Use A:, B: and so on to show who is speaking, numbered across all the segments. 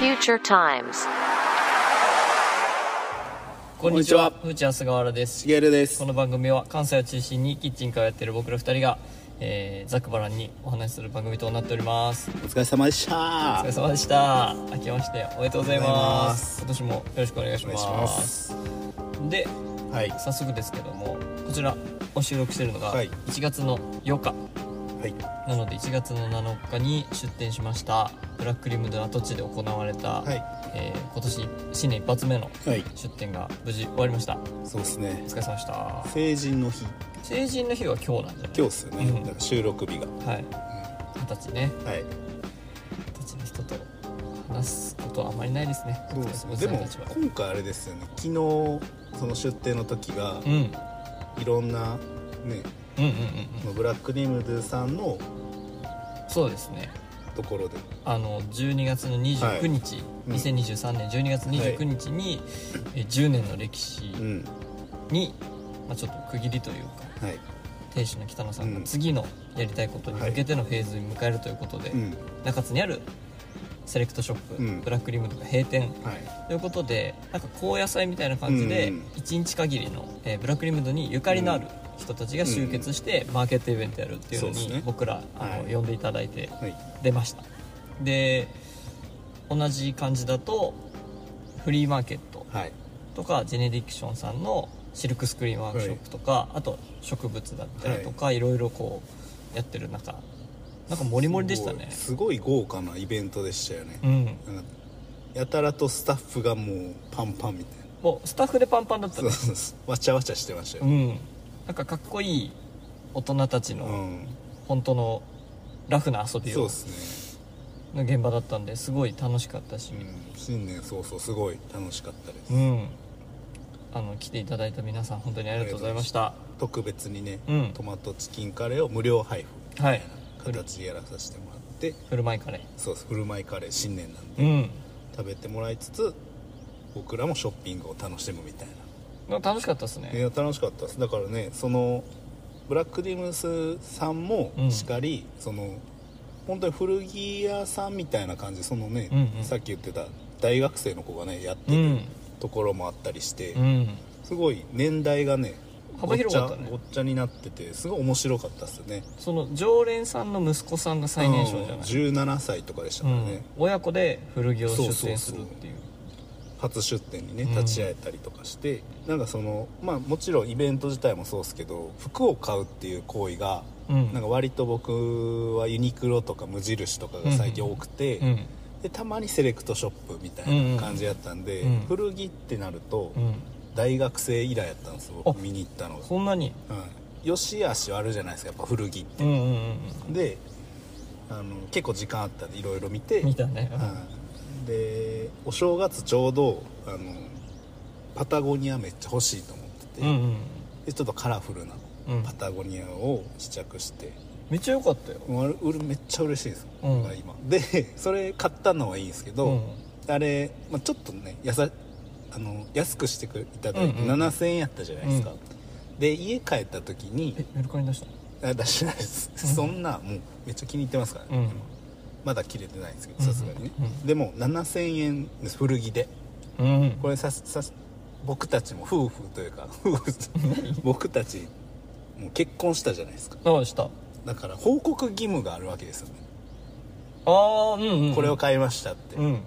A: Future Times.
B: こんにちは、ふーちゃん菅原です。
C: ゲールで
B: この番組は関西を中心にキッチンカーをやっている僕ら二人が、えー、ざくばらんにお話しする番組となっております。
C: お疲れ様でした
B: お疲れ様でした。明けましておめでとうございます。今年もよろしくお願いし
C: お願
B: ま
C: い
B: す。
C: します
B: で、
C: はいは
B: 早速ですけども、こちらを収録しているのが
C: はい
B: 1月の8日。
C: い
B: なので1月の7日に出店しましたブラックリムドの跡地で行われた、
C: はい
B: えー今年新年一発目の
C: はい
B: 出店が無事終わりました
C: そうですね
B: お疲れ様でした
C: 成人の日
B: 成人の日は今日なんじゃない
C: 今日っすよね、
B: うん
C: だから収録日が
B: はい二十歳ね
C: はい
B: 二十歳の人と話すことはあまりないですね
C: そうですね
B: 僕
C: で
B: たちお
C: も
B: じさんたちは
C: 今回あれですよね昨日その出店の時が
B: うんうん
C: いろんなね
B: うんうんうん
C: ブラックリムドゥさんの
B: そうですね
C: ところで
B: あの12月の29日、
C: うん
B: 2023年12月29日に、えー10年の歴史
C: うん
B: に、まあ、ちょっと区切りというか
C: はい
B: 亭主の北野さんが
C: うん
B: 次のやりたいことに向けてのフェーズに迎えるということで、
C: うん
B: 中津にあるセレクトショップ、
C: うん
B: ブラックリムとか閉店
C: はい
B: ということでなんか高野菜みたいな感じで
C: うんうん
B: 1日限りの、えーブラックリムドにゆかりのある人たちが集結してマーケットイベントやるっていうの
C: そうです
B: に
C: ね
B: 僕らあの、
C: はい
B: 呼んでいただいて
C: はい
B: 出ましたで同じ感じだとフリーマーケット
C: はい
B: とかジェネディクションさんのシルクスクリーンワークショップとか、あと植物だったりとか、い、ろいろこうやってる中なんかモリモリでしたね
C: すごいすごい豪華なイベントでしたよね
B: う、ん
C: なんかやたらとスタッフがもうパンパンみたいな
B: もうスタッフでパンパンだった
C: そう
B: ね
C: そうそうわちゃわちゃしてましたよ、
B: う
C: ね
B: んなんかかっこいい大人たち
C: う
B: の
C: ん
B: 本当のラフな遊び
C: そう
B: を
C: です
B: の現場だったんですごい楽しかったし
C: ね、うん、新年早々すごい楽しかったです、
B: うんあの来ていただいた皆さん本当にありがとうございました
C: 特別にね、
B: うん
C: トマトチキンカレーを無料配布み
B: はい
C: たいな形でやらさせてもらって
B: 振る舞いカレ
C: そうです振る舞いカレー新年なんで
B: ーうん
C: 食べてもらいつつ僕らもショッピングを楽しむみたい
B: なんか楽しかったです
C: ない
B: ね
C: や楽しかったですだからねそのブラックディムスさんも
B: うん
C: しかり、その本当に古着屋さんみたいな感じそのね、
B: うんうん
C: さっき言ってた大学生の子がねやって
B: う
C: る
B: ん
C: ところもあったりして、
B: うん
C: すごい年代がね
B: 幅広かったね
C: ごっちゃごっちゃになっててすごい面白かったっすよね
B: その常連さんの息子さんが最年少じゃない、
C: うん17歳とかでした
B: う
C: から
B: ん
C: ね、
B: 親子で古着を出店するっていう
C: 初出店にね
B: うん
C: 立ち会えたりとかして、なんかそのまあもちろんイベント自体もそうですけど服を買うっていう行為が、
B: うん
C: なんか割と僕はユニクロとか無印とかが最近多くて、
B: うん
C: でたまにセレクトショップみたいな感じやったんで、
B: うんうん
C: 古着ってなると
B: うん
C: 大学生以来やったんですよ僕
B: あ
C: 見に行ったのが。
B: そんなに
C: うん、よし悪しはあるじゃないですかやっぱ古着
B: うんうんうん
C: であの結構時間あったんでいろいろ見て、
B: うん見たね
C: うんでお正月ちょうどあのパタゴニアめっちゃ欲しいと思ってて、
B: うんうん
C: でちょっとカラフルな
B: うんうん
C: パタゴニアを試着して、
B: めっちゃ良かったよ
C: もううるめっちゃ嬉しいです、
B: うん
C: 今で それ買ったのはいいんですけど、
B: うん
C: あれ、まあ、ちょっとねやさあの安くしてくいただいて
B: うんうんうん
C: 7000円やったじゃないですか、
B: う
C: で家帰った時に
B: えメルカリに出した
C: あ出してないです、
B: うん
C: そんなもうめっちゃ気に入ってますからね、
B: うん
C: 今まだ切れてないんですけどさすがにね、
B: うんうん
C: でも7000円です古着で
B: うんうん
C: これささ僕たちも夫婦というか夫婦 僕たちもう結婚したじゃないですか
B: どうしたあ
C: だから報告義務があるわけですよね、
B: あーうんうん
C: これを買いましたって、
B: うん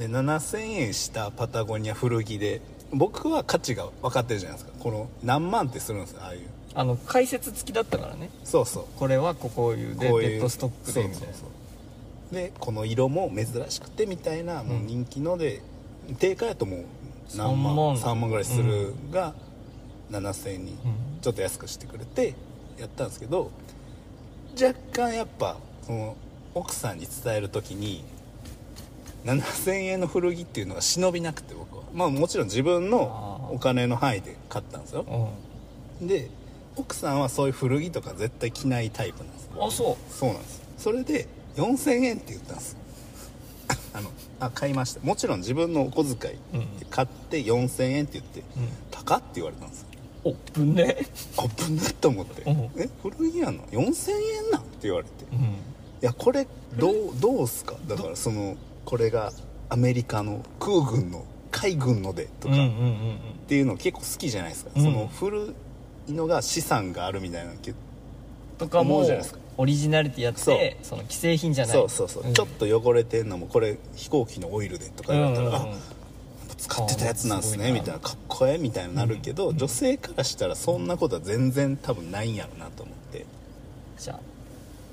C: で7000円したパタゴニア古着で僕は価値が分かってるじゃないですかこの何万ってするんですよああいう
B: あの解説付きだったからね
C: そうそう
B: これはここういうで
C: こういう
B: デッドストックでみたいな
C: そうそうそうでこの色も珍しくてみたいな、もう人気ので定価やともう何万
B: 3
C: 3
B: 万
C: 万ぐらいするが、7000円に
B: うん
C: ちょっと安くしてくれてやったんですけど若干やっぱその奥さんに伝える時に7000円の古着っていうのが忍びなくて僕はまあもちろん自分のお金の範囲で買ったんですよ
B: う
C: で奥さんはそういう古着とか絶対着ないタイプなんです
B: んあそう
C: そうなんですそれで4000円って言ったんです あのあ買いましたもちろん自分のお小遣い
B: うん
C: で買って4000円って言って、
B: うん
C: 高って言われたんですよ
B: おっぶね
C: あぶねっと思って「
B: うん
C: え古着屋の4000円なん?」って言われて「
B: うん
C: いやこれどうどうすか?」だからそのこれがアメリカの空軍の海軍のでと
B: う
C: か
B: んうん
C: っ
B: うんうん
C: ていうの結構好きじゃないですか、
B: うん
C: その古いのが資産があるみたいなの結
B: とか
C: 思う
B: も
C: じゃないですか
B: オリジナリティやっ
C: そう
B: てその既製品じゃない
C: そうそうそう、
B: ん
C: ちょっと汚れてんのもこれ飛行機のオイルでとか
B: うんう
C: だっ
B: ん
C: た
B: う
C: ら、
B: ん
C: あやっぱ使ってたやつなんす
B: あーす
C: ね
B: ごいな
C: みたいなかっこええみたいになるけど、女性からしたらそんなことは全然多分ないんやろなと思って
B: じゃあ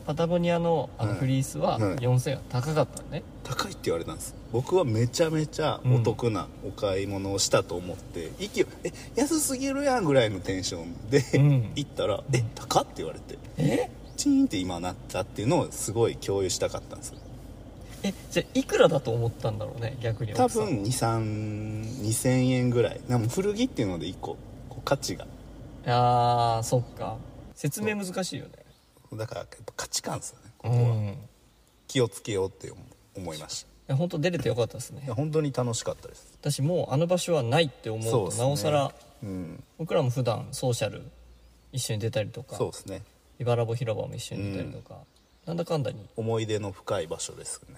B: パタゴニアのあの
C: はい
B: フリースは
C: はい
B: 4000円は高かったのね
C: 高いって言われたんです僕はめちゃめちゃお得なお買い物をしたと思って、息を「え安すぎるやん」ぐらいのテンションで、
B: うん
C: 行ったら「え高っ?」って言われて
B: え
C: チーンって今なったっていうのをすごい共有したかったんですよ
B: えじゃあいくらだと思ったんだろうね逆に
C: 多
B: 奥さん
C: 分232000円ぐらいでも古着っていうので1個こう価値が
B: あーそっか説明難しいよね
C: だからやっぱ価値観ですよねこ
B: う
C: こは、
B: んい
C: 気をつけようって思思いました
B: や本当出れてよかったです
C: い
B: ね
C: や本当に楽しかったです
B: 私もうあの場所はないって思うと
C: そうですね
B: なおさら
C: うん
B: 僕らも普段ソーシャル一緒に出たりとか
C: そうですね
B: 茨ぼ広場も一緒に出たりとか、なんだかんだに
C: 思い出の深い場所ですね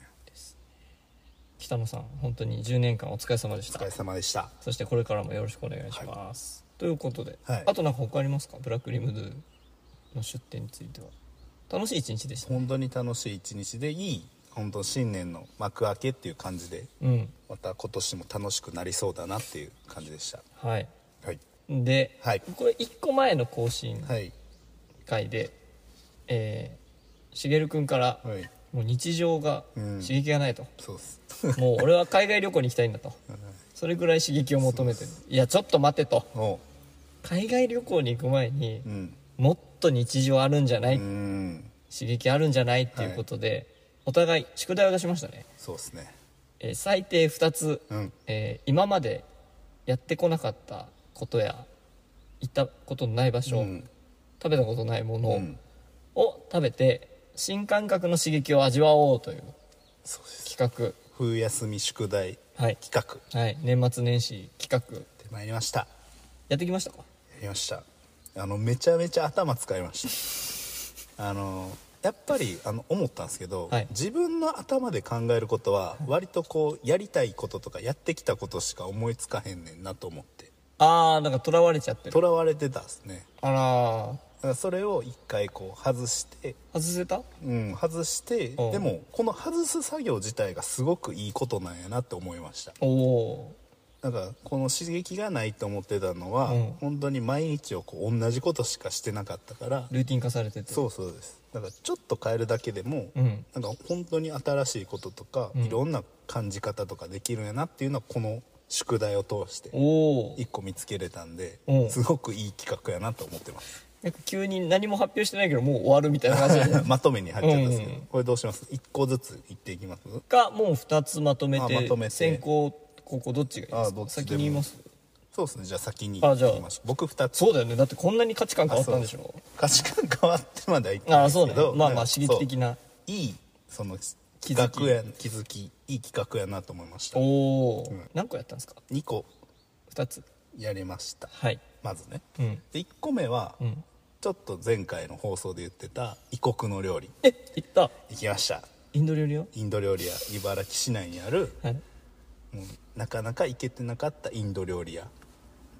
B: 北野さん本当に10年間お疲れ様でし
C: お
B: た
C: 疲れ様でした
B: そしてこれからもよろしくお願いします、ということで、
C: はい
B: あとなんか他ありますかブラックリムドゥの出店については楽しい一日でしたね
C: 本当に楽しい一日でいい本当新年の幕開けっていう感じで
B: うん
C: また今年も楽しくなりそうだなっていう感じでした
B: はい
C: はい
B: で、
C: はい
B: これ1個前の更新
C: はい
B: 会で、えー、しげるくんから、
C: はい
B: もう日常が
C: うん
B: 刺激がないと、
C: そうっす
B: もう俺は海外旅行に行きたいんだとそれぐらい刺激を求めてるいやちょっと待てと
C: おう
B: 海外旅行に行く前に
C: うん
B: もっと日常あるんじゃない、
C: うん
B: 刺激あるんじゃないっていうことで、お互い宿題を出しましたね、
C: そうっすね
B: えー最低2つ、
C: うん
B: えー今までやってこなかったことや行ったことのない場所、
C: うん
B: 食べたことないものを,、
C: ん
B: 食べて新感覚の刺激を味わおうという
C: そうです
B: 企
C: 冬休み宿題
B: 画はい、
C: 企画
B: はい、年末年始企画
C: で参りましたや
B: やってきましたか
C: りましたあのめちゃめちゃ頭使いました あのやっぱりあの思ったんですけど、
B: はい
C: 自分の頭で考えることは割とこうやりたいこととかやってきたことしか思いつかへんねんなと思って
B: ああなんかとらわれちゃって
C: と
B: る
C: らわれてたんですね
B: あらー
C: だからそれを一回こう外して
B: 外せた
C: うん外して
B: うん
C: でもこの外す作業自体がすごくいいことなんやなって思いました
B: おお
C: なんかこの刺激がないと思ってたのは、
B: うん
C: 本当に毎日をこう同じことしかしてなかったから
B: ールーティン化されてて
C: そうそうですだからちょっと変えるだけでも、
B: うん
C: なんか本当に新しいこととか、
B: ん
C: いろんな感じ方とかできるんやなっていうのはこの宿題を通して
B: おお
C: 一個見つけれたんで
B: うん
C: すごくいい企画やなと思ってます
B: なんか急に何も発表してないけどもう終わるみたいな感じで
C: まとめに入っちゃったんですけど、
B: うんうん
C: これどうします一個ずつ言っていきます
B: かもう2つまとめて
C: あまとめて
B: 先行後攻どっちがいいです
C: あどっ
B: か
C: ちでも
B: 先に言います
C: そうですねじゃあ先に
B: あじゃあ
C: 行きましょう僕2つ
B: そうだよねだってこんなに価値観変わったんでし
C: あ
B: ょ
C: そう価値観変わってまではいって
B: あ
C: ない
B: あ
C: です
B: そう
C: け
B: ね
C: ど
B: まあ
C: なん
B: まあ
C: か
B: 刺激的ない
C: いその企
B: 気づき
C: 画や気づきいい企画やなと思いました
B: おおー、
C: ん
B: 何個やったんですか
C: 2個
B: 2つ
C: やりました
B: はい
C: まずね
B: うん
C: で1個目は、
B: うん
C: ちょっと前回の放送で言ってた異国の料理
B: え行った
C: 行きました
B: インド料理屋
C: インド料理屋茨城市内にある
B: はい
C: もうなかなか行けてなかったインド料理屋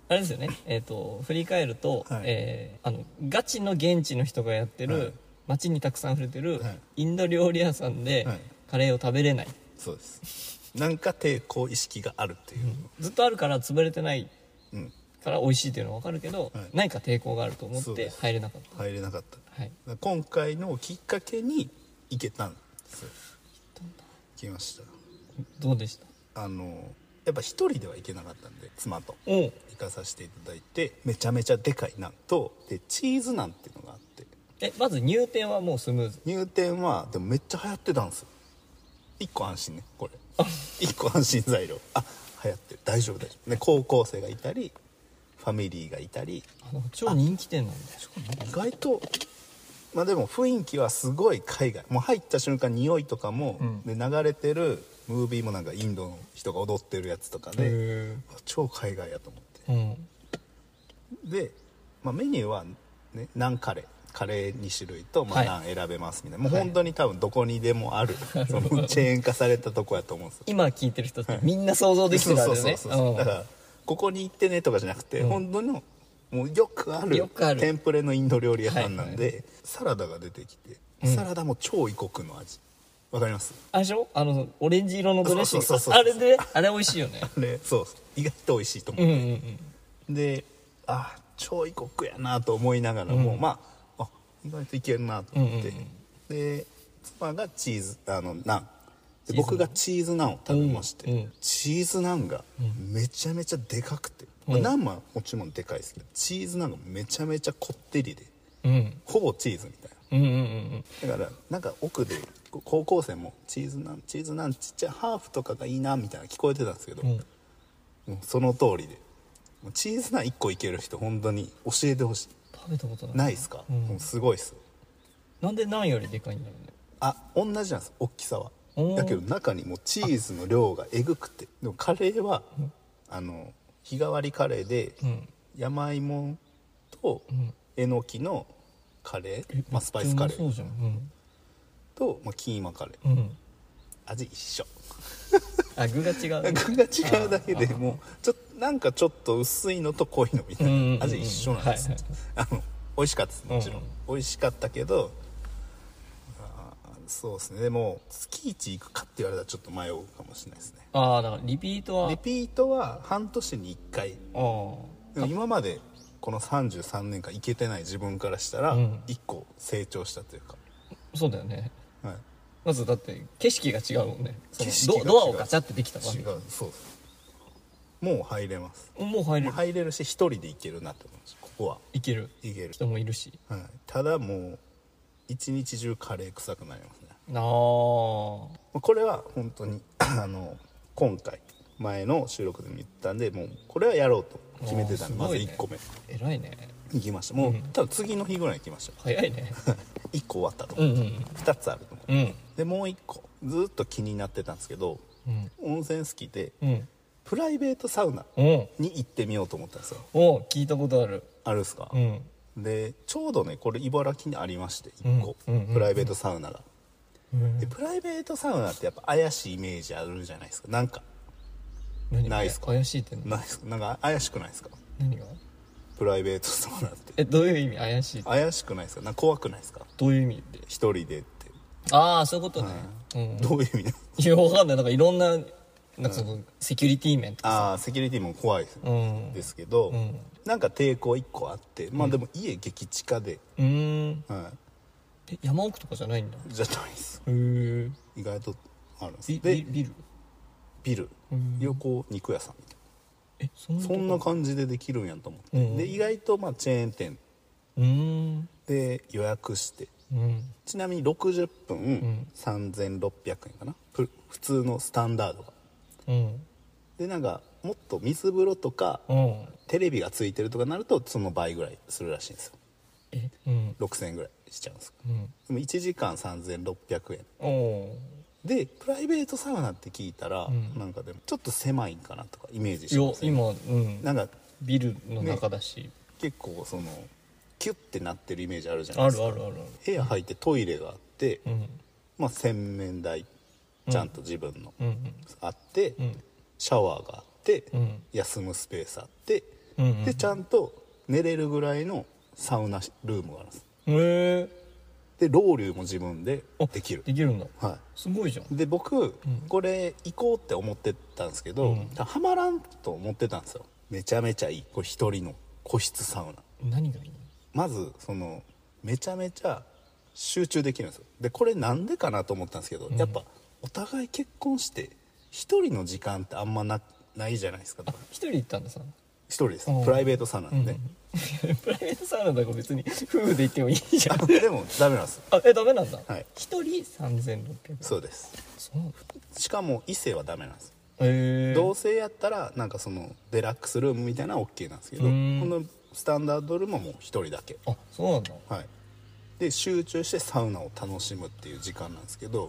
B: あれですよねえっ、と振り返ると、
C: はい
B: えーあのガチの現地の人がやってる、
C: はい
B: 街にたくさん触れてる、
C: はい
B: インド料理屋さんで、
C: はい
B: カレーを食べれない
C: そうですなんか抵抗意識があるっていう、
B: ずっとあるから潰れてない
C: うん
B: から美味しいっていうのは分かるけど、
C: はい
B: 何か抵抗があると思っ
C: そう
B: て
C: です
B: 入れなかった
C: 入れなかった
B: はい
C: 今回のきっかけに行けたんですよ行きました
B: どうでした
C: あのやっぱ一人では行けなかったんで妻と
B: おう
C: 行かさせていただいてめちゃめちゃでかいナンとでチーズナンっていうのがあって
B: えまず入店はもうスムーズ
C: 入店はでもめっちゃ流行ってたんですよ1個安心ねこれ1個安心材料あ流行ってる大丈夫大丈夫で高校生がいたりファミリーがいたり
B: あの超人気店なんだ
C: 意外とまあでも雰囲気はすごい海外もう入った瞬間匂いとかも、で流れてるムービーもなんかインドの人が踊ってるやつとかで、
B: へ
C: あ超海外やと思って
B: うん
C: で、まあ、メニューは、ね、ナンカレーカレー2種類と、ま
B: は
C: あ、
B: い
C: ナン選べますみたいな、もう本当に多分どこにでも ある、そのチェーン化されたとこやと思うんですよ
B: 今聞いてる人ってみんな想像できてるわけだよね
C: そうそうそうそうだからここに行ってねとかじゃなくて、
B: うん
C: 本当のもうよくある
B: よくある
C: テンプレのインド料理屋さんなんで、
B: は
C: サラダが出てきて、
B: うん
C: サラダも超異国の味わかります
B: あれでしょあのオレンジ色のドレッシング
C: そうそうそうそう
B: あれであれ美味しいよね
C: でそうそう意外と美味しいと思
B: うん
C: う、
B: うんうん
C: であ超異国やなと思いながらも、
B: うん
C: まああ意外といけるなと思って、
B: うんうん
C: で妻がチーズあのナン
B: チーズナ
C: で
B: ン
C: 僕がチーズナンを食べまして、
B: うんうん
C: チーズナンがめちゃめちゃでかくて、
B: うん
C: まあナンはもちろんでかいですけどチーズナンがめちゃめちゃこってりで
B: うん
C: ほぼチーズみたいな
B: うんうんうん
C: だからなんか奥でこ高校生もチーズナンチーズナンちっちゃいハーフとかがいいなみたいな聞こえてたんですけど、
B: うんうん
C: もうその通りでもうチーズナン1個いける人本当に教えてほしい
B: 食べたことない
C: ないですか、
B: うん
C: もうすごいっす
B: なんで何よりでかいんだろうね
C: あ同じなんです大きさは
B: おー
C: だけど中にもうチーズの量がえぐくてでもカレーは、あの日替わりカレーで、
B: うん
C: 山芋と
B: ん
C: えのきのカレー、まあ、スパイスカレ
B: そう
C: ー
B: じゃん
C: と、まあ、キーマカレー
B: うん、うん、
C: 味一緒
B: あ具が違う
C: 具が違うだけでもうちょっとなんかちょっと薄いのと濃いのみ た
B: うんうん
C: い
B: うん
C: な味一緒なんですよ、あの美味しかったですもちろん、
B: うん
C: 美味しかったけどあーそうですねでも月一行くかって言われたらちょっと迷うかもしれないですね
B: ああだからリピートは
C: リピートは半年に1回
B: あ
C: でも今までこの33年間行けてない自分からしたら
B: うん
C: 1個成長したというか、
B: あそうだよね
C: はい、
B: まずだって景色が違うもんねその
C: 景色が
B: ドドア
C: 違う
B: をガチャってできたわ
C: 違うそうですもう入れます
B: けもう入れる
C: もう入れるし1人で行けるなって思いますここはい
B: ける
C: 行ける
B: 人もいるし
C: はい、ただもう一日中カレー臭くなりますね
B: ああ
C: これは本当に あの今回前の収録でも言ったんでもうこれはやろうと決めてたんで、
B: あー
C: ますず
B: ごいね
C: 1個目
B: 偉いね
C: 行きましたもう、
B: うん
C: 多分次の日ぐらいに行きました
B: 早いね
C: 1個終わったと
B: う
C: 思う、
B: んうん
C: 2つあると思う
B: うん
C: でもう1個ずっと気になってたんですけど
B: うん
C: 温泉好きで
B: うん
C: プライベートサウナ
B: お
C: に行ってみようと思ったんですよ
B: お聞いたことある
C: あるんすか
B: う、ん
C: でちょうどねこれ茨城にありまして1個、
B: うんうんうんうん
C: プライベートサウナが、
B: うん
C: でプライベートサウナってやっぱ怪しいイメージあるじゃないですかなんか
B: 何
C: ないっすか
B: 怪しいって
C: ないっすなんか怪しくないですか
B: 何が
C: プライベートサウナって
B: えどういう意味怪しいって
C: 怪しくないですかなんか怖くないですか
B: どういう意味って
C: 一人でって、
B: ああそういうことね、うん
C: どういう意味なの
B: いやわかんないなんかいろんななんかそのセキュリティ面とか
C: ああセキュリティも怖いです,、
B: うんう
C: ですけど、
B: ん
C: なんか抵抗1個あってまあでも家激地下で、
B: ーん
C: は
B: え山奥とかじゃないんだへ
C: いじゃないです
B: え
C: 意外とあるんです
B: ビ
C: で
B: ビビル
C: ビル
B: うん
C: 横肉屋さんみたい
B: えそんな
C: な
B: とこ
C: そんな感じでできるんやと思って、
B: うん
C: で意外とまあチェーン店
B: うーん
C: で予約して
B: うん
C: ちなみに60分、
B: ん
C: 3600円かなプ普通のスタンダードが
B: うん
C: でなんかもっと水風呂とか
B: うん
C: テレビがついてるとかなるとその倍ぐらいするらしいんですよ
B: えうん
C: 6000円ぐらいしちゃうんです
B: うん
C: でも1時間3600円
B: おお
C: でプライベートサウナって聞いたら、
B: ん
C: なんかでもちょっと狭いんかなとかイメージし
B: よ
C: ます
B: 今うん
C: なんか
B: ビルの中だし、
C: 結構そのキュッてなってるイメージあるじゃない
B: あ
C: です
B: る
C: か
B: あるある
C: 部屋入ってトイレがあって、
B: ある
C: まあ、洗面台ちゃんと自分の
B: うんうん
C: あって、
B: うんうん
C: シャワーがあって、
B: うん
C: 休むスペースあって、
B: うんうん
C: でちゃんと寝れるぐらいのサウナルームがあるんです
B: へえ
C: でロウリュも自分で
B: あ
C: できる
B: できるんだ
C: は
B: すごいじゃん
C: いで僕、これ行こうって思ってたんですけど、
B: うん
C: ハマらんと思ってたんですよめちゃめちゃいいこれ一人の個室サウナ
B: 何がいい
C: まずそのめちゃめちゃ集中できるんですよでこれなんでかなと思ったんですけど、やっぱお互い結婚して一人の時間ってあんまなないじゃないですか
B: あ一人で行ったんださ
C: 一人です
B: うん
C: プライベートサウナなんで、
B: プライベートサウナだから別に夫婦で行ってもいいじゃん
C: でもダメなんです
B: あえダメなんだ
C: はい
B: 一人3600円
C: そうです
B: そうなんだ
C: しかも異性はダメなんです
B: へえ
C: 同性やったらなんかそのデラックスルームみたいなのは OK なんですけど
B: う
C: こ
B: ん
C: のスタンダードルームはもう一人だけ
B: あそうなんだ
C: はいで集中してサウナを楽しむっていう時間なんですけど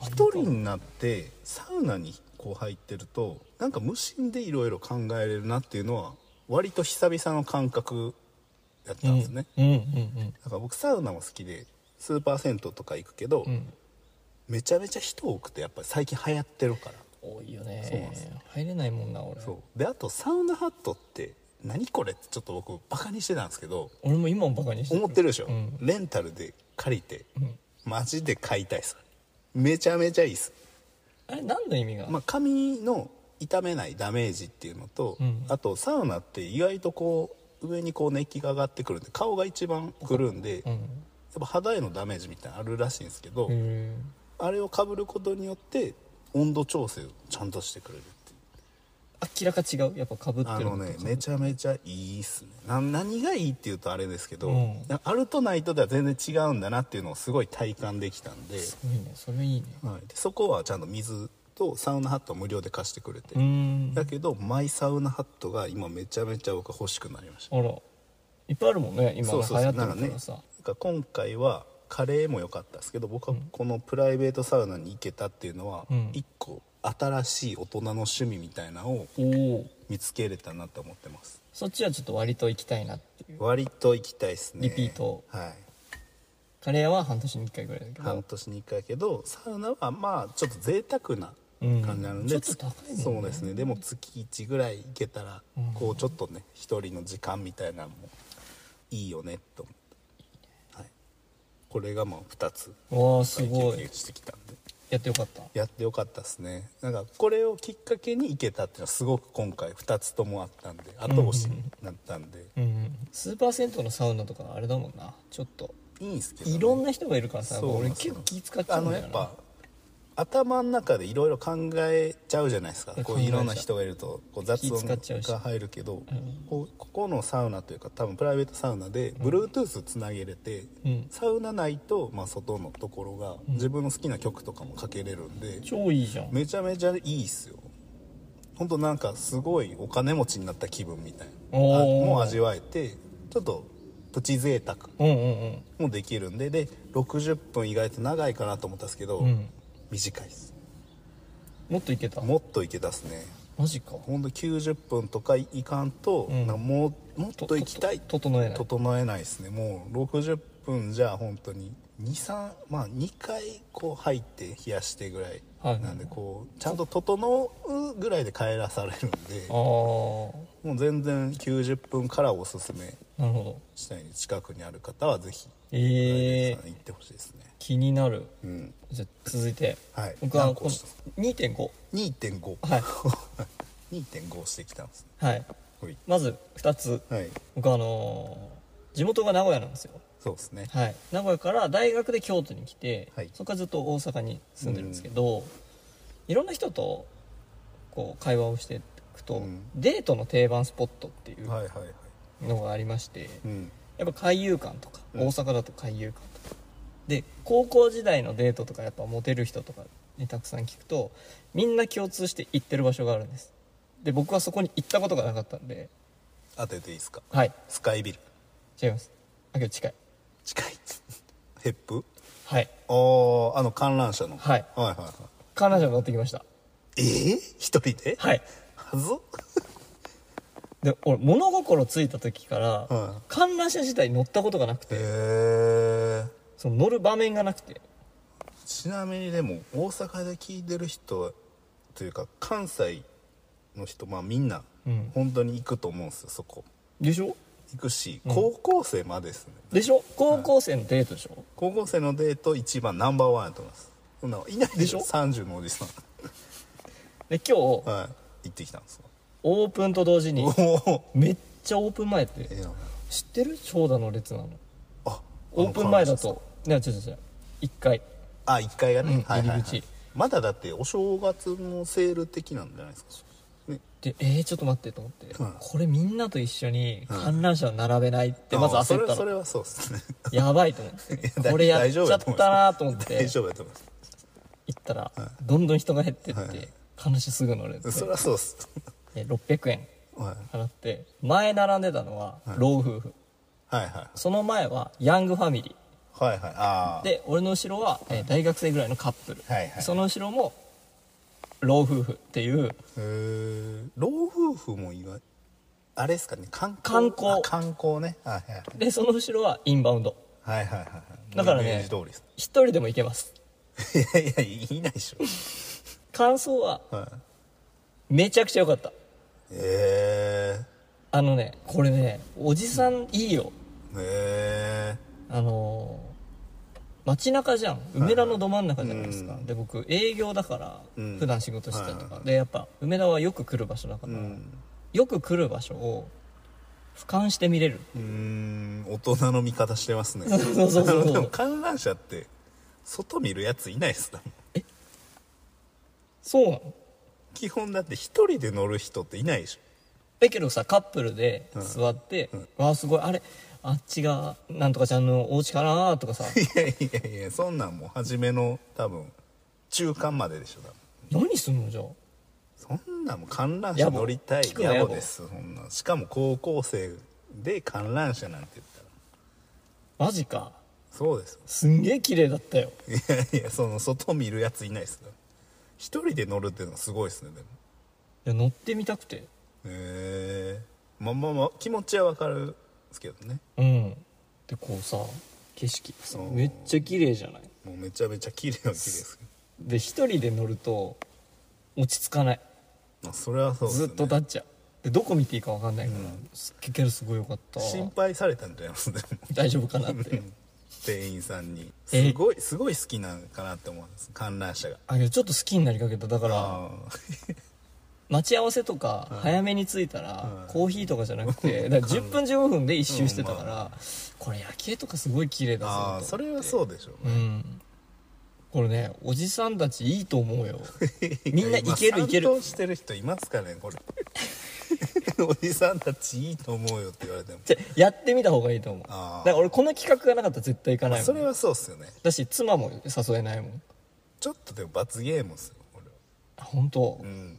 B: あ
C: 一人になってサウナにこう入ってるとなんか無心でいろいろ考えれるなっていうのは割と久々の感覚やったんですね、
B: うんうんうん
C: だから僕サウナも好きでスーパー銭湯とか行くけど、
B: うんうん
C: めちゃめちゃ人多くてやっぱり最近流行ってるから
B: 多いよね
C: そうなんですよ
B: 入れないもんな俺
C: そうであとサウナハットって何これってちょっと僕バカにしてたんですけど
B: 俺も今もバカにして
C: 思ってるでしょ、
B: うん
C: レンタルで借りて
B: うん
C: マジで買いたいっすめちゃめちゃいいっす、
B: あれ何の意味が、
C: まあ、髪の傷めないダメージっていうのと、
B: うん
C: あとサウナって意外とこう上にこう熱気が上がってくるんで顔が一番くるんで、
B: う
C: やっ
B: ん
C: ぱ肌へのダメージみたいなのあるらしいんですけど、
B: へえ
C: あれをかぶることによって温度調整をちゃんとしてくれるってい
B: 明
C: う
B: らか違うやっぱかぶってる
C: あのねめちゃめちゃいいっすねな何がいいっていうとあれですけど、
B: うん
C: なあるとないとでは全然違うんだなっていうのをすごい体感できたんで,、
B: すごいねそれいいね
C: はい、でそこはちゃんと水とサウナハットを無料で貸してくれて、
B: うーん
C: だけどマイサウナハットが今めちゃめちゃ僕欲しくなりました
B: あらいっぱいあるもんね今
C: そう
B: 流
C: そう
B: 行
C: そう
B: ってる
C: な
B: か
C: ん
B: ら
C: か
B: さ
C: ねなんか今回はカレーも良かったですけど僕はこのプライベートサウナに行けたっていうのは
B: うん
C: 一個新しい大人の趣味みたいなのを
B: おお
C: 見つけれたなと思ってます
B: そっちはちょっと割と行きたいなっていう
C: 割と行きたいですね
B: リピート
C: はい
B: カレー屋は半年に1回ぐらいだけ
C: 半
B: ど
C: 年に1回やけどサウナはまあちょっと贅沢な
B: うん
C: 感じなので、
B: ちょっと高いもんね
C: そうですねでも月1ぐらい行けたら、
B: うん
C: こうちょっとね一人の時間みたいなのもいいよねと思って、はい、これがまあ2つ
B: わあすご
C: 経
B: い
C: 験してきたんで
B: やってよかった
C: やってよかったですねなんかこれをきっかけに行けたっていうのはすごく今回2つともあったんで後押しになったんで、
B: うんうんスーパー銭湯のサウナとかあれだもんなちょっと
C: いいんすけど、ね、
B: いろんな人がいるからさ
C: そう
B: 俺
C: なんです
B: 結
C: よ
B: 構気使っちゃ
C: あ
B: うん
C: の
B: だ
C: や
B: よ
C: っ
B: な
C: ぱ頭の中でいろいろ考えちゃうじゃないですか
B: うん
C: こ
B: 考
C: う
B: えちゃう
C: いろんな人がいるとこう雑
B: 気
C: 音
B: 使っちゃうし
C: が入るけど、
B: ん
C: こうここのサウナというか多分プライベートサウナで Bluetooth つなげれて、
B: うん
C: サウナ内と、まあ、外のところが自分の好きな曲とかもかけれるんで、
B: 超いいじゃん
C: めちゃめちゃいいっすよほんとなんかすごいお金持ちになった気分みたいな
B: お
C: あ
B: ー
C: もう味わえてちょっとプチ贅沢
B: うんうんうん
C: もできるんでで60分意外と長いかなと思ったんですけど、
B: うん
C: 短いです
B: もっといけた
C: もっといけたっすね
B: マジか
C: ほんと90分とかいかんと、
B: ん
C: なんかもうもっといきたい
B: と整えない
C: 整えないですねもう60分じゃ本当に23まあ2回こう入って冷やしてぐらい
B: はい
C: なんでこうちゃんと整うぐらいで帰らされるんで
B: ああ
C: もう全然90分からおすすめ
B: なるほど
C: したいんで近くにある方はぜひ
B: ええ
C: 行ってほしいですね
B: 気になる
C: うん
B: じゃあ続いて
C: はい
B: 僕は
C: 何個
B: こ
C: 押した
B: の2.5
C: 2.5
B: はい
C: 2.5してきたんですね
B: はい
C: ほい
B: まず2つ
C: はい
B: 僕あのー地元が名古屋なんですよ
C: そうですね
B: はい名古屋から大学で京都に来て、
C: はい
B: そこからずっと大阪に住んでるんですけど、いろんな人とこう会話をしていくと、
C: うん
B: デートの定番スポットってい
C: は
B: う
C: いはいはい
B: のがありまして、
C: うん
B: やっぱ海遊館とか、
C: うん
B: 大阪だと海遊館とかで高校時代のデートとかやっぱモテる人とかにたくさん聞くとみんな共通して行ってる場所があるんですで僕はそこに行ったことがなかったんで
C: 当てていいですか
B: はい
C: スカイビル
B: 違いますあけど近い
C: 近いヘップ
B: はい
C: あああの観覧車の、
B: はい
C: はいはいは
B: 観覧車に乗ってきました
C: いええ一人で
B: はい
C: はず
B: で俺物心ついた時から、
C: はい
B: 観覧車自体乗ったことがなくて、
C: へえ
B: その乗る場面がなくて
C: ちなみにでも大阪で聞いてる人というか関西の人まあみんな
B: うん
C: 本当に行くと思うんですよそこ
B: でしょ
C: 行くし高校生までですね、
B: でしょ高校生のデートでしょ、
C: 高校生のデート一番ナンバーワンやと思いますそんなのいないでしょ
B: でし
C: 30のおじさん
B: で今日、
C: はい行ってきたんですよ
B: オープンと同時に
C: おお
B: めっちゃオープン前って
C: ええやん
B: 知ってる長蛇の列なの
C: あ
B: オープン前だとね違う違う違う1階
C: あ1階がね、
B: うん
C: はいはいはい
B: 入り口
C: まだだってお正月のセール的なんじゃないですかね
B: でえー、ちょっと待ってと思って、
C: うん
B: これみんなと一緒に観覧車を並べないって
C: あ
B: まず焦った
C: それそれ
B: の
C: はそうですね
B: やばいと思って
C: 大
B: これやっ
C: 大
B: ち
C: 丈夫
B: ゃ
C: や
B: っ
C: と思います
B: たなと思って
C: 大
B: 行
C: 丈夫やと思います
B: ったらどんどん人が減ってって、
C: はい
B: 観覧車すぐ乗れて
C: それはそうっす、
B: で600円
C: はい、
B: 払って前並んでたのは老夫婦、
C: はいはい
B: その前はヤングファミリー
C: はいはいああ
B: で俺の後ろは、えー大学生ぐらいのカップル、
C: はいはい
B: その後ろも老夫婦っていう
C: へえ老夫婦も意外あれですかね観光
B: 観光
C: あ観光ねはいはい
B: でその後ろはインバウンド
C: はいはいはいはい
B: だからね
C: イメージ通りです
B: 一人でも行けます
C: いやいやいないでし
B: 感想は
C: ょ、はい、
B: めちゃくちゃ良かった
C: え
B: あのねこれねおじさんいいよ
C: ー、え
B: あのー街中じゃん梅田のど真ん中じゃないですか、で僕営業だから、
C: うん
B: 普段仕事してたりと
C: はい
B: か、
C: はい
B: でやっぱ梅田はよく来る場所だから、
C: ー、うん
B: よく来る場所を俯瞰して見れる
C: うーん大人の味方してますね
B: そうそうそうそう
C: あのでも観覧車って外見るやついないですか
B: そうなの
C: 基本だって一人で乗る人っていないでし
B: だけどさカップルで座って、わあすごいあれあっちがなんとかちゃんのお家かなとか さ
C: ょいやいやいやそんなんもう初めの多分中間まででしょ多分
B: 何すんのじゃあ
C: そんなんもう観覧車乗りたい
B: 野暮聞くな
C: 野暮ですそんなんしかも高校生で観覧車なんて言ったら
B: マジか
C: そうですよ
B: すんげえ綺麗だったよ
C: いやいやその外見るやついないですから一人で乗るっていうのはすごいですねで
B: い
C: も
B: や乗ってみたくて
C: へえまあまあまあ気持ちはわかるんですけどね
B: うんでこうさ景色さ
C: うん
B: めっちゃ綺麗じゃない
C: もうめちゃめちゃ綺麗は綺麗ですけ
B: で一人で乗ると落ち着かない、
C: ど、まあ、それはそうです、
B: ず
C: ね、
B: っと立っちゃうでどこ見ていいか分かんないから、すっげえけどすごいよかった
C: 心配されたんじゃないですかでも
B: 大丈夫かな って
C: 店員さんに
B: え
C: すごいすごい好きなのかなって思うんです観覧車が
B: あいやちょっと好きになりかけただから
C: ああ
B: 待ち合わせとか早めに着いたら、
C: うん
B: コーヒーとかじゃなくて、だから10分15分で一周してたから、これ夜景とかすごい綺麗だぞと思
C: あ
B: っ
C: あ
B: て
C: それはそうでしょ
B: う
C: うね、
B: んこれねおじさんたちいいと思う よみんないけるいける
C: 今散歩してる人いますかね これおじさんたちいいと思うよって言われ ても
B: じゃやってみた方がいいと思うだ
C: あ
B: か
C: ー
B: ら俺この企画がなかったら絶対行かないもん、
C: それはそうっすよね
B: だし妻も誘えないもん
C: ちょっとでも罰ゲームっすよこれは
B: あ本当、
C: うん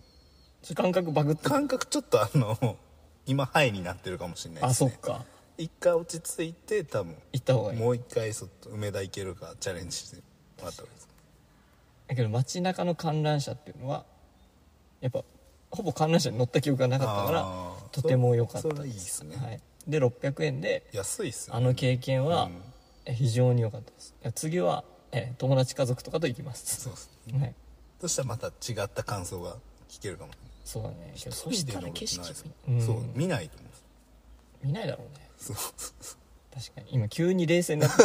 B: ちょ感覚バグった
C: 感覚ちょっとあの今ハイになってるかもしれない
B: あ
C: です
B: そ
C: ね
B: っか
C: 一回落ち着いて多分
B: 行った方がいい
C: もう一回そっと梅田行けるかチャレンジしてもらった方がいいです
B: だけど街中の観覧車っていうのはやっぱほぼ観覧車に乗った記憶がなかった
C: あ
B: から
C: ー
B: とても良かった
C: そそれいいですね
B: はい、で600円で
C: 安いっすよ
B: あの経験はえ非常に良かったですいや次はえ友達家族とかと行きます、
C: そうっす
B: はい、
C: そしたらまた違った感想が聞けるかも
B: そうだねけどそ
C: 一
B: し
C: 人で
B: た
C: 乗
B: ら
C: るって
B: 景
C: ない
B: 色
C: ですも
B: 見,、うんん、
C: そう見ないと思う
B: 見ないだろうね
C: そうそうそ
B: 確かに今急に冷静 になった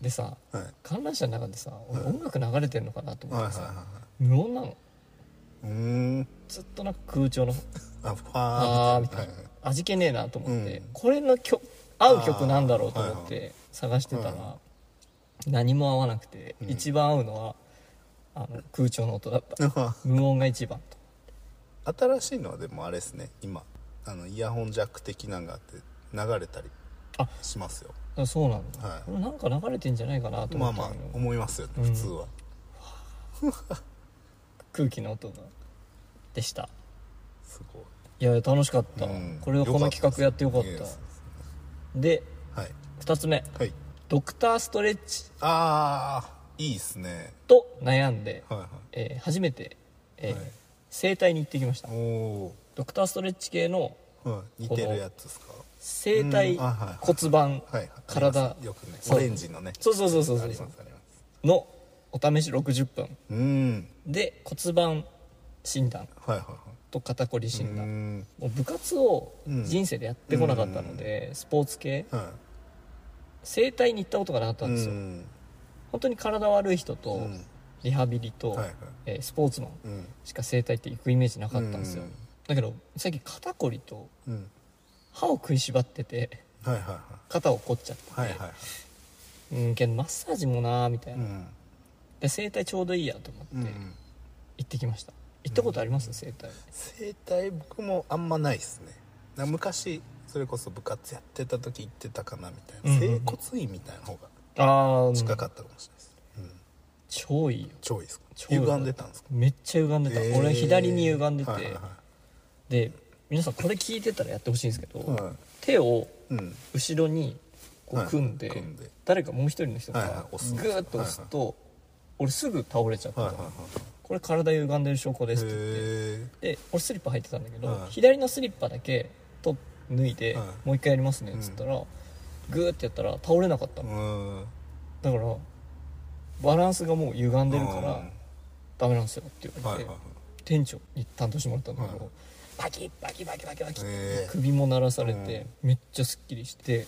B: でさ
C: うはい
B: 観覧車の中でさ俺音楽流れてんのかなと思
C: はい
B: っ
C: はい
B: てさ、
C: はいは
B: 無音なの
C: いうーん
B: ずっとなんか空調の
C: あファー
B: 「あー」み
C: みた
B: た
C: い
B: い
C: な
B: な
C: はいはい
B: 味気ねえなと思って、
C: うん
B: これの曲合う曲なんだろうと思っ
C: あー
B: て探してたら、
C: は
B: 何も合わなくて、
C: ん
B: 一番合うのはあの空調の音だった
C: なんか
B: 無音が一番と
C: 新しいのはでもあれですね今あのイヤホンジャック的なんがあって流れたり
B: あ
C: しますよ
B: だからそうなんだ、
C: はい
B: これなんか流れてんじゃないかなと
C: ま
B: 思
C: あ
B: った
C: ま
B: の
C: あ
B: よ、
C: 思いますよね、
B: うん
C: 普通は
B: 空気の音がでした
C: すごい
B: いや楽しかった、
C: うん
B: これをこの企画やってよかった
C: よかったです
B: で
C: はい
B: 2つ目
C: はい
B: ドクターストレッチ
C: あーいいっすね
B: と悩んで、
C: はいは
B: えー初めて、えー
C: はい
B: 整体に行ってきました
C: いお
B: ドクターストレッチ系の
C: お、はい、似てるやつですか
B: 整体
C: うんあはい
B: 骨盤
C: はいはい
B: 体
C: よくね
B: そう
C: オレンジのね
B: そうそうそうそう
C: あ
B: そ
C: り
B: う
C: ますあります
B: のお試し60分
C: うん
B: で骨盤診断
C: はいはいは
B: と肩こり
C: い
B: 診
C: う
B: 断
C: ん
B: もう部活を
C: うん
B: 人生でやってこなかったので、スポーツ系
C: は
B: 整体に行ったことがなかった
C: い
B: んですよ、
C: ん
B: 本当に体悪い人と
C: うん
B: リハビリと、
C: はいはい
B: えースポーツマン
C: うん
B: しか整体って行くイメージなかったんですよ、
C: うん
B: だけど最近肩こりと
C: うん
B: 歯を食いしばってて
C: はいはいは
B: 肩を凝っちゃってて、
C: いはいはいはい
B: うんけどマッサージもなーみたいうな、
C: ん
B: で整体ちょうどいいやと思
C: う
B: って行
C: ん
B: ってきました行ったことあります整体
C: 整体僕もあんまないですねな昔それこそ部活やってた時行ってたかなみたいな
B: うんうんう
C: 整
B: ん
C: 骨院みたいな方が
B: ああ
C: 近かったかもしれないです、うん、
B: 超いいよ
C: 超いいですか
B: 超いい
C: 歪んでたんですか
B: めっちゃ歪んでた、
C: えー
B: 俺左に歪んでて、
C: はいはいは
B: で皆さんこれ聞いてたらやってほしいんですけど、
C: いは
B: 手を
C: いうん
B: 後ろにこ
C: は
B: う
C: い
B: 組んで,、
C: 組んで
B: 誰かもう一人の人
C: はいは
B: が
C: い
B: グ
C: 押す
B: ーッと押すと、俺すぐ倒れちゃった、
C: はいはいはい
B: これ体歪んでる証拠ですって言って
C: え
B: で俺スリッパ履いてたんだけど、
C: うん
B: 左のスリッパだけと脱いで、
C: うん
B: もう一回やりますねっつったら、グーってやったら倒れなかったの
C: うん
B: だからバランスがもう歪んでるからダメなんですよって言わ
C: は
B: れ
C: い
B: て、
C: はい
B: 店長に担当してもらったんだけど、
C: はい
B: パキッパキパキパキパキって
C: ええ
B: 首も鳴らされて、めっちゃすっきりして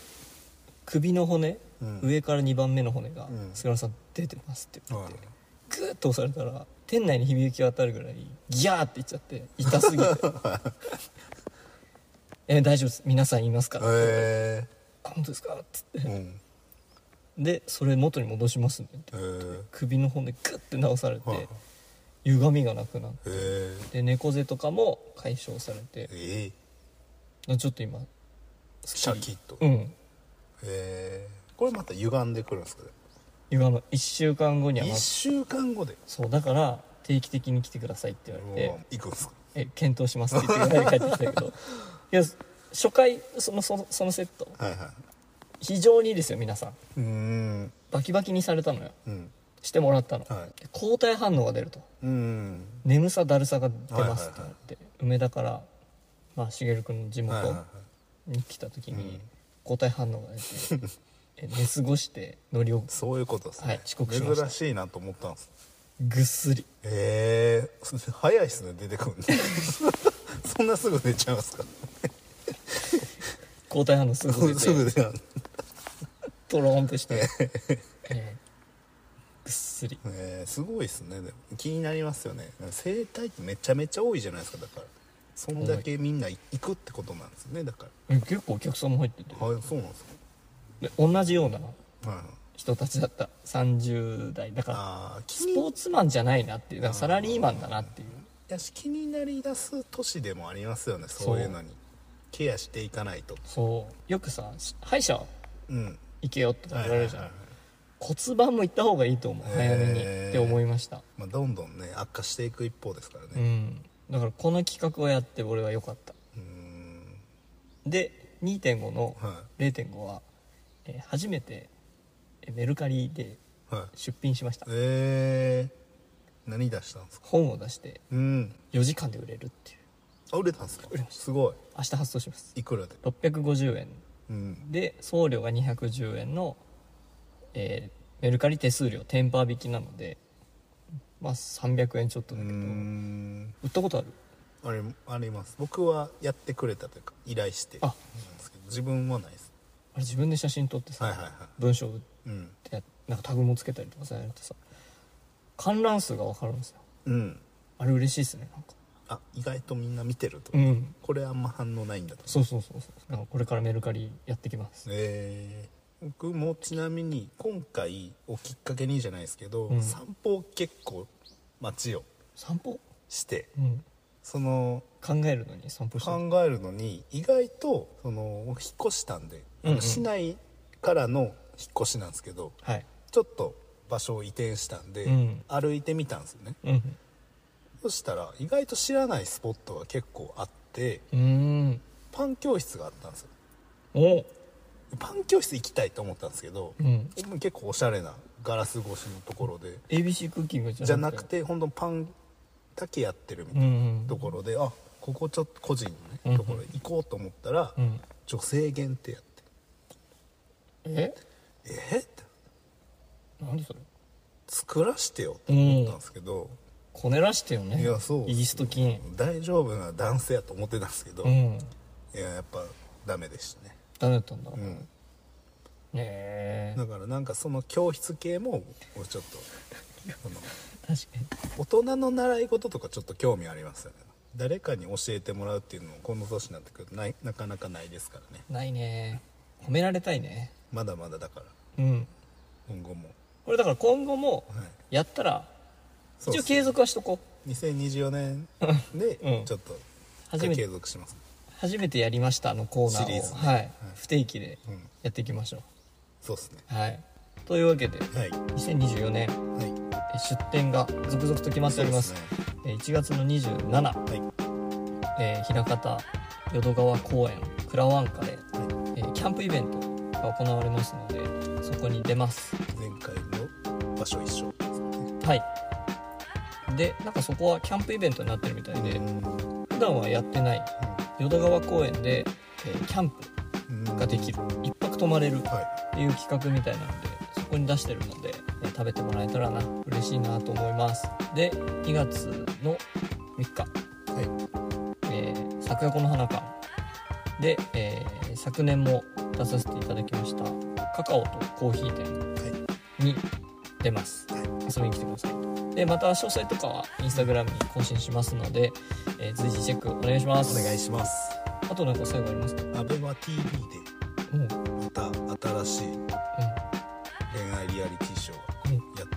B: 首の骨、
C: うん
B: 上から2番目の骨が「
C: うん
B: 菅原さん出てます」って言っ
C: は
B: て、
C: い
B: グーッと押されたら店内に響き渡るぐらいギャーって言っちゃって痛すぎて 「え大丈夫です皆さんいますから」
C: え
B: あ本当ですか?」っつって
C: えうん
B: でそれ元に戻しますんでって
C: ええ
B: 首の骨グッて直されて、
C: はい
B: 歪みがなくなっ
C: ええ
B: て猫背とかも解消されて
C: ええ
B: ちょっと今
C: シャキッと
B: うん
C: ええこれまた歪んでくるんですかね
B: 今の1週間後にはま
C: 1週間後で
B: そうだから定期的に来てくださいって言われて
C: もう行くんですか
B: 「え検討します」って言って言われて帰ってきたけど いや初回そのそのそのセット
C: はいは
B: 非常にいいですよ皆さん
C: いうん
B: バキバキにされたのよ
C: うん
B: してもらったの、
C: はい
B: で抗体反応が出ると
C: うん
B: 眠さだるさが出ますっ
C: はい
B: てな
C: はいは
B: っ
C: い
B: て梅田から、まあ、茂君の地
C: はいはい
B: 元
C: は
B: に来た時
C: う
B: に
C: ん
B: 抗体反応が出 てえ寝過ごして乗りを
C: いそういうことですね、
B: はい遅刻しました
C: 珍しいなと思ったんです
B: ぐっすり
C: ええ早いっすね出てくるの そんなすぐ出ちゃうんですか
B: 抗体反応すぐ
C: す
B: 出
C: ぐ
B: て
C: 出ちゃう
B: トローンとして、 えーぐっすり
C: えーすごいですねでも気になりますよね生態ってめちゃめちゃ多いじゃないですかだからそんだけみんな行くってことなんですねだか
B: え結構お客さんも入ってて
C: らはいそうなんです
B: で同じような
C: か、はいはい、
B: 人たちだった30代だから
C: ああ気
B: ス
C: に
B: ポーツマンじゃないなっていうだからサラリーマンだなっていう
C: やし気になりだす年でもありますよねそういうのにケアしていかないと
B: そうよくさし歯医者
C: うん
B: 行けよって言われるじゃん、
C: はいはいはい
B: 骨盤も行った方がいいと思う
C: へー
B: 早めにって思いました
C: まあ、どんどんね悪化していく一方ですから
B: う
C: ね
B: んだからこの企画をやって俺は良かった
C: うーん
B: で2.5の
C: は
B: 0.5は、えー初めてえーメルカリで
C: いはい
B: 出品しました
C: えー、何出したんですか
B: 本を出して
C: うん
B: 4時間で売れるっていう
C: あ売れたんですか
B: 売れました
C: すごい
B: 明日発送します
C: いくらで
B: 650円
C: うん
B: で送料が210円の、えーメルカリ手数料テンパー引きなのでまあ300円ちょっと
C: う
B: だ
C: ー
B: けど、
C: ん
B: 売ったことある
C: あれあります僕はやってくれたというか依頼して
B: あ
C: なんですけど自分はないです
B: あれ自分で写真撮ってさ、
C: はいはいは
B: 文章打っ
C: いうん
B: てなんかタグもつけたりとかさやるとさ観覧数が分かるんですよ
C: うん
B: あれ嬉しいですねなんか
C: あ意外とみんな見てると、
B: うん
C: これあんま反応ないんだと
B: そうそうそうそうなんかこれからメルカリやってきます
C: えー僕もちなみに今回をきっかけにじゃないですけど、
B: うん
C: 散歩を結構街を
B: 散歩
C: して
B: うん
C: その
B: 考えるのに散歩してる
C: 考えるのに意外とその僕引っ越したんで、あの
B: うんうん
C: 市内からの引っ越しなんですけど
B: はい
C: ちょっと場所を移転したんで、
B: うん
C: 歩いてみたんですよね
B: うん
C: そしたら意外と知らないスポットが結構あって
B: うーん
C: パン教室があったんですよ
B: お
C: パン教室行きたいと思ったんですけど、
B: うん
C: 結構おしゃれなガラス越しのところで
B: ABC クッキングじゃ
C: じゃ
B: な
C: な
B: く
C: く
B: て
C: て本当パンだけやってるみ
B: う
C: たい
B: んうん
C: なところで、あここちょっと個人
B: うんう
C: のね
B: ん
C: ところ行こうと思ったら、
B: うん
C: 女性限定やって
B: え
C: えっって
B: 何それ
C: 作らしてよって思ったんですけど、
B: こねらしてよね
C: いやそうっす
B: イ
C: よ
B: ースト菌
C: 大丈夫な男性やと思ってたんですけど、
B: う
C: い
B: ん
C: ややっぱダメでしたね
B: 誰だったんだろう
C: う
B: ね
C: ん
B: え
C: だからなんかその教室系ももうちょっとその
B: 確かに
C: 大人の習い事とかちょっと興味ありますよね誰かに教えてもらうっていうのもこの年になってくるとないなかなかないですからね
B: ないね褒められたいね
C: まだまだだから
B: うん
C: 今後も、
B: これだから今後も
C: はい、
B: やったら
C: そう
B: 一応
C: ですね
B: 継続はしとこう
C: 2024年で
B: うん
C: ちょっと
B: 初めて
C: 継続します、
B: 初めてやりましたのコーナーを
C: シリーズね
B: はい、不定期で
C: うん、
B: やっていきましょ
C: そうですね
B: うはいというわけで
C: はい
B: 2024年
C: はい
B: え出店が続々と決まっております
C: そう
B: え1月の27、
C: ですねはい
B: えー、枚方淀川公園クラワンカで、えーキャンプイベントが行われますのでそこに出ます
C: 前回の場所一緒ですね
B: はいでなんかそこはキャンプイベントになってるみたいで
C: うん
B: 普段はやってない淀川公園で、えーキャンプ
C: うん
B: ができる一泊泊まれるっ
C: は
B: ていう企画みたいなのでそこに出してるので、えー食べてもらえたらな嬉しいなと思いますで2月の3日
C: いはい
B: えー「桜子の花館」で、えー昨年も出させていただきましたカカオとコーヒー店に出ます、
C: はい
B: 遊びに来てくださいでまた詳細とかはインスタグラムに更新しますので、えー随時チェックお願いしま
C: お
B: す
C: 願いします
B: あとなんか最後ありますか
C: アベマ TV で
B: うんうん
C: また新しい恋愛リアリティショーがやっ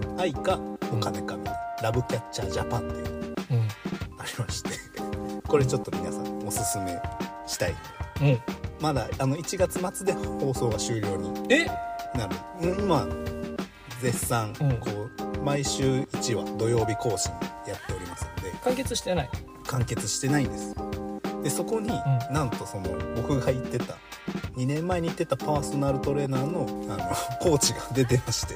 C: てて
B: うん
C: 愛かお金かみたいなラブキャッチャージャパンっていうの
B: うん
C: がありまして これちょっと皆さんおすすめしたい
B: うん
C: まだあの1月末で放送が終了に
B: え
C: なるうん今絶賛
B: うん
C: こう毎週1話土曜日更新やっておりますので
B: 完結してない
C: 完結してないんですでそこ
B: ん
C: に、なんとその僕が行ってた2年前に行ってたパーソナルトレーナーのあのコーチが出てまして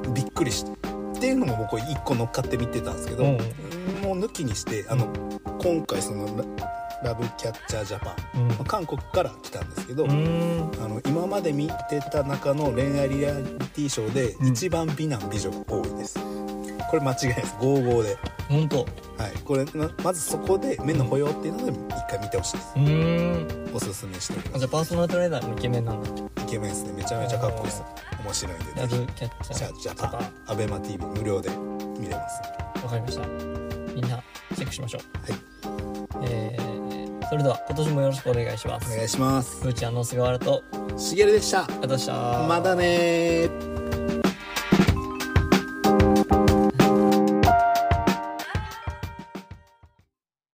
B: うん
C: びっくりしてっていうのも僕一個乗っかって見てたんですけど、
B: うん
C: もう抜きにしてあの、今回そのララブキャッチャージャパン、
B: うん
C: まあ韓国から来たんですけど、
B: うーん
C: あの今まで見てた中の恋愛リアリティショーで
B: うん
C: 一番美男美女が多いです、これ間違いないです55で、
B: ほんと
C: はい、これままずそこで目の保養っていうので一回見てほしいです
B: うーん
C: おすすめしておりま
B: あじ
C: す
B: ゃあパーソナルトレーナーもイケメンなんだ
C: イケメンですねめちゃめちゃかっこいいです面白いんで
B: ラ
C: ぜ
B: ブキャッ
C: ひ
B: チ
C: じ
B: ャ
C: ゃあ
B: ー
C: ジャパンアベマ t v 無料で見れます
B: わかりましたみんなチェックしましょう
C: はい
B: えーそれでは今年もよろしくお願いしま
C: お
B: す。
C: 願いします
B: ふーちゃんの菅原と、
C: しげるでした
B: ありがとうございました
C: またねー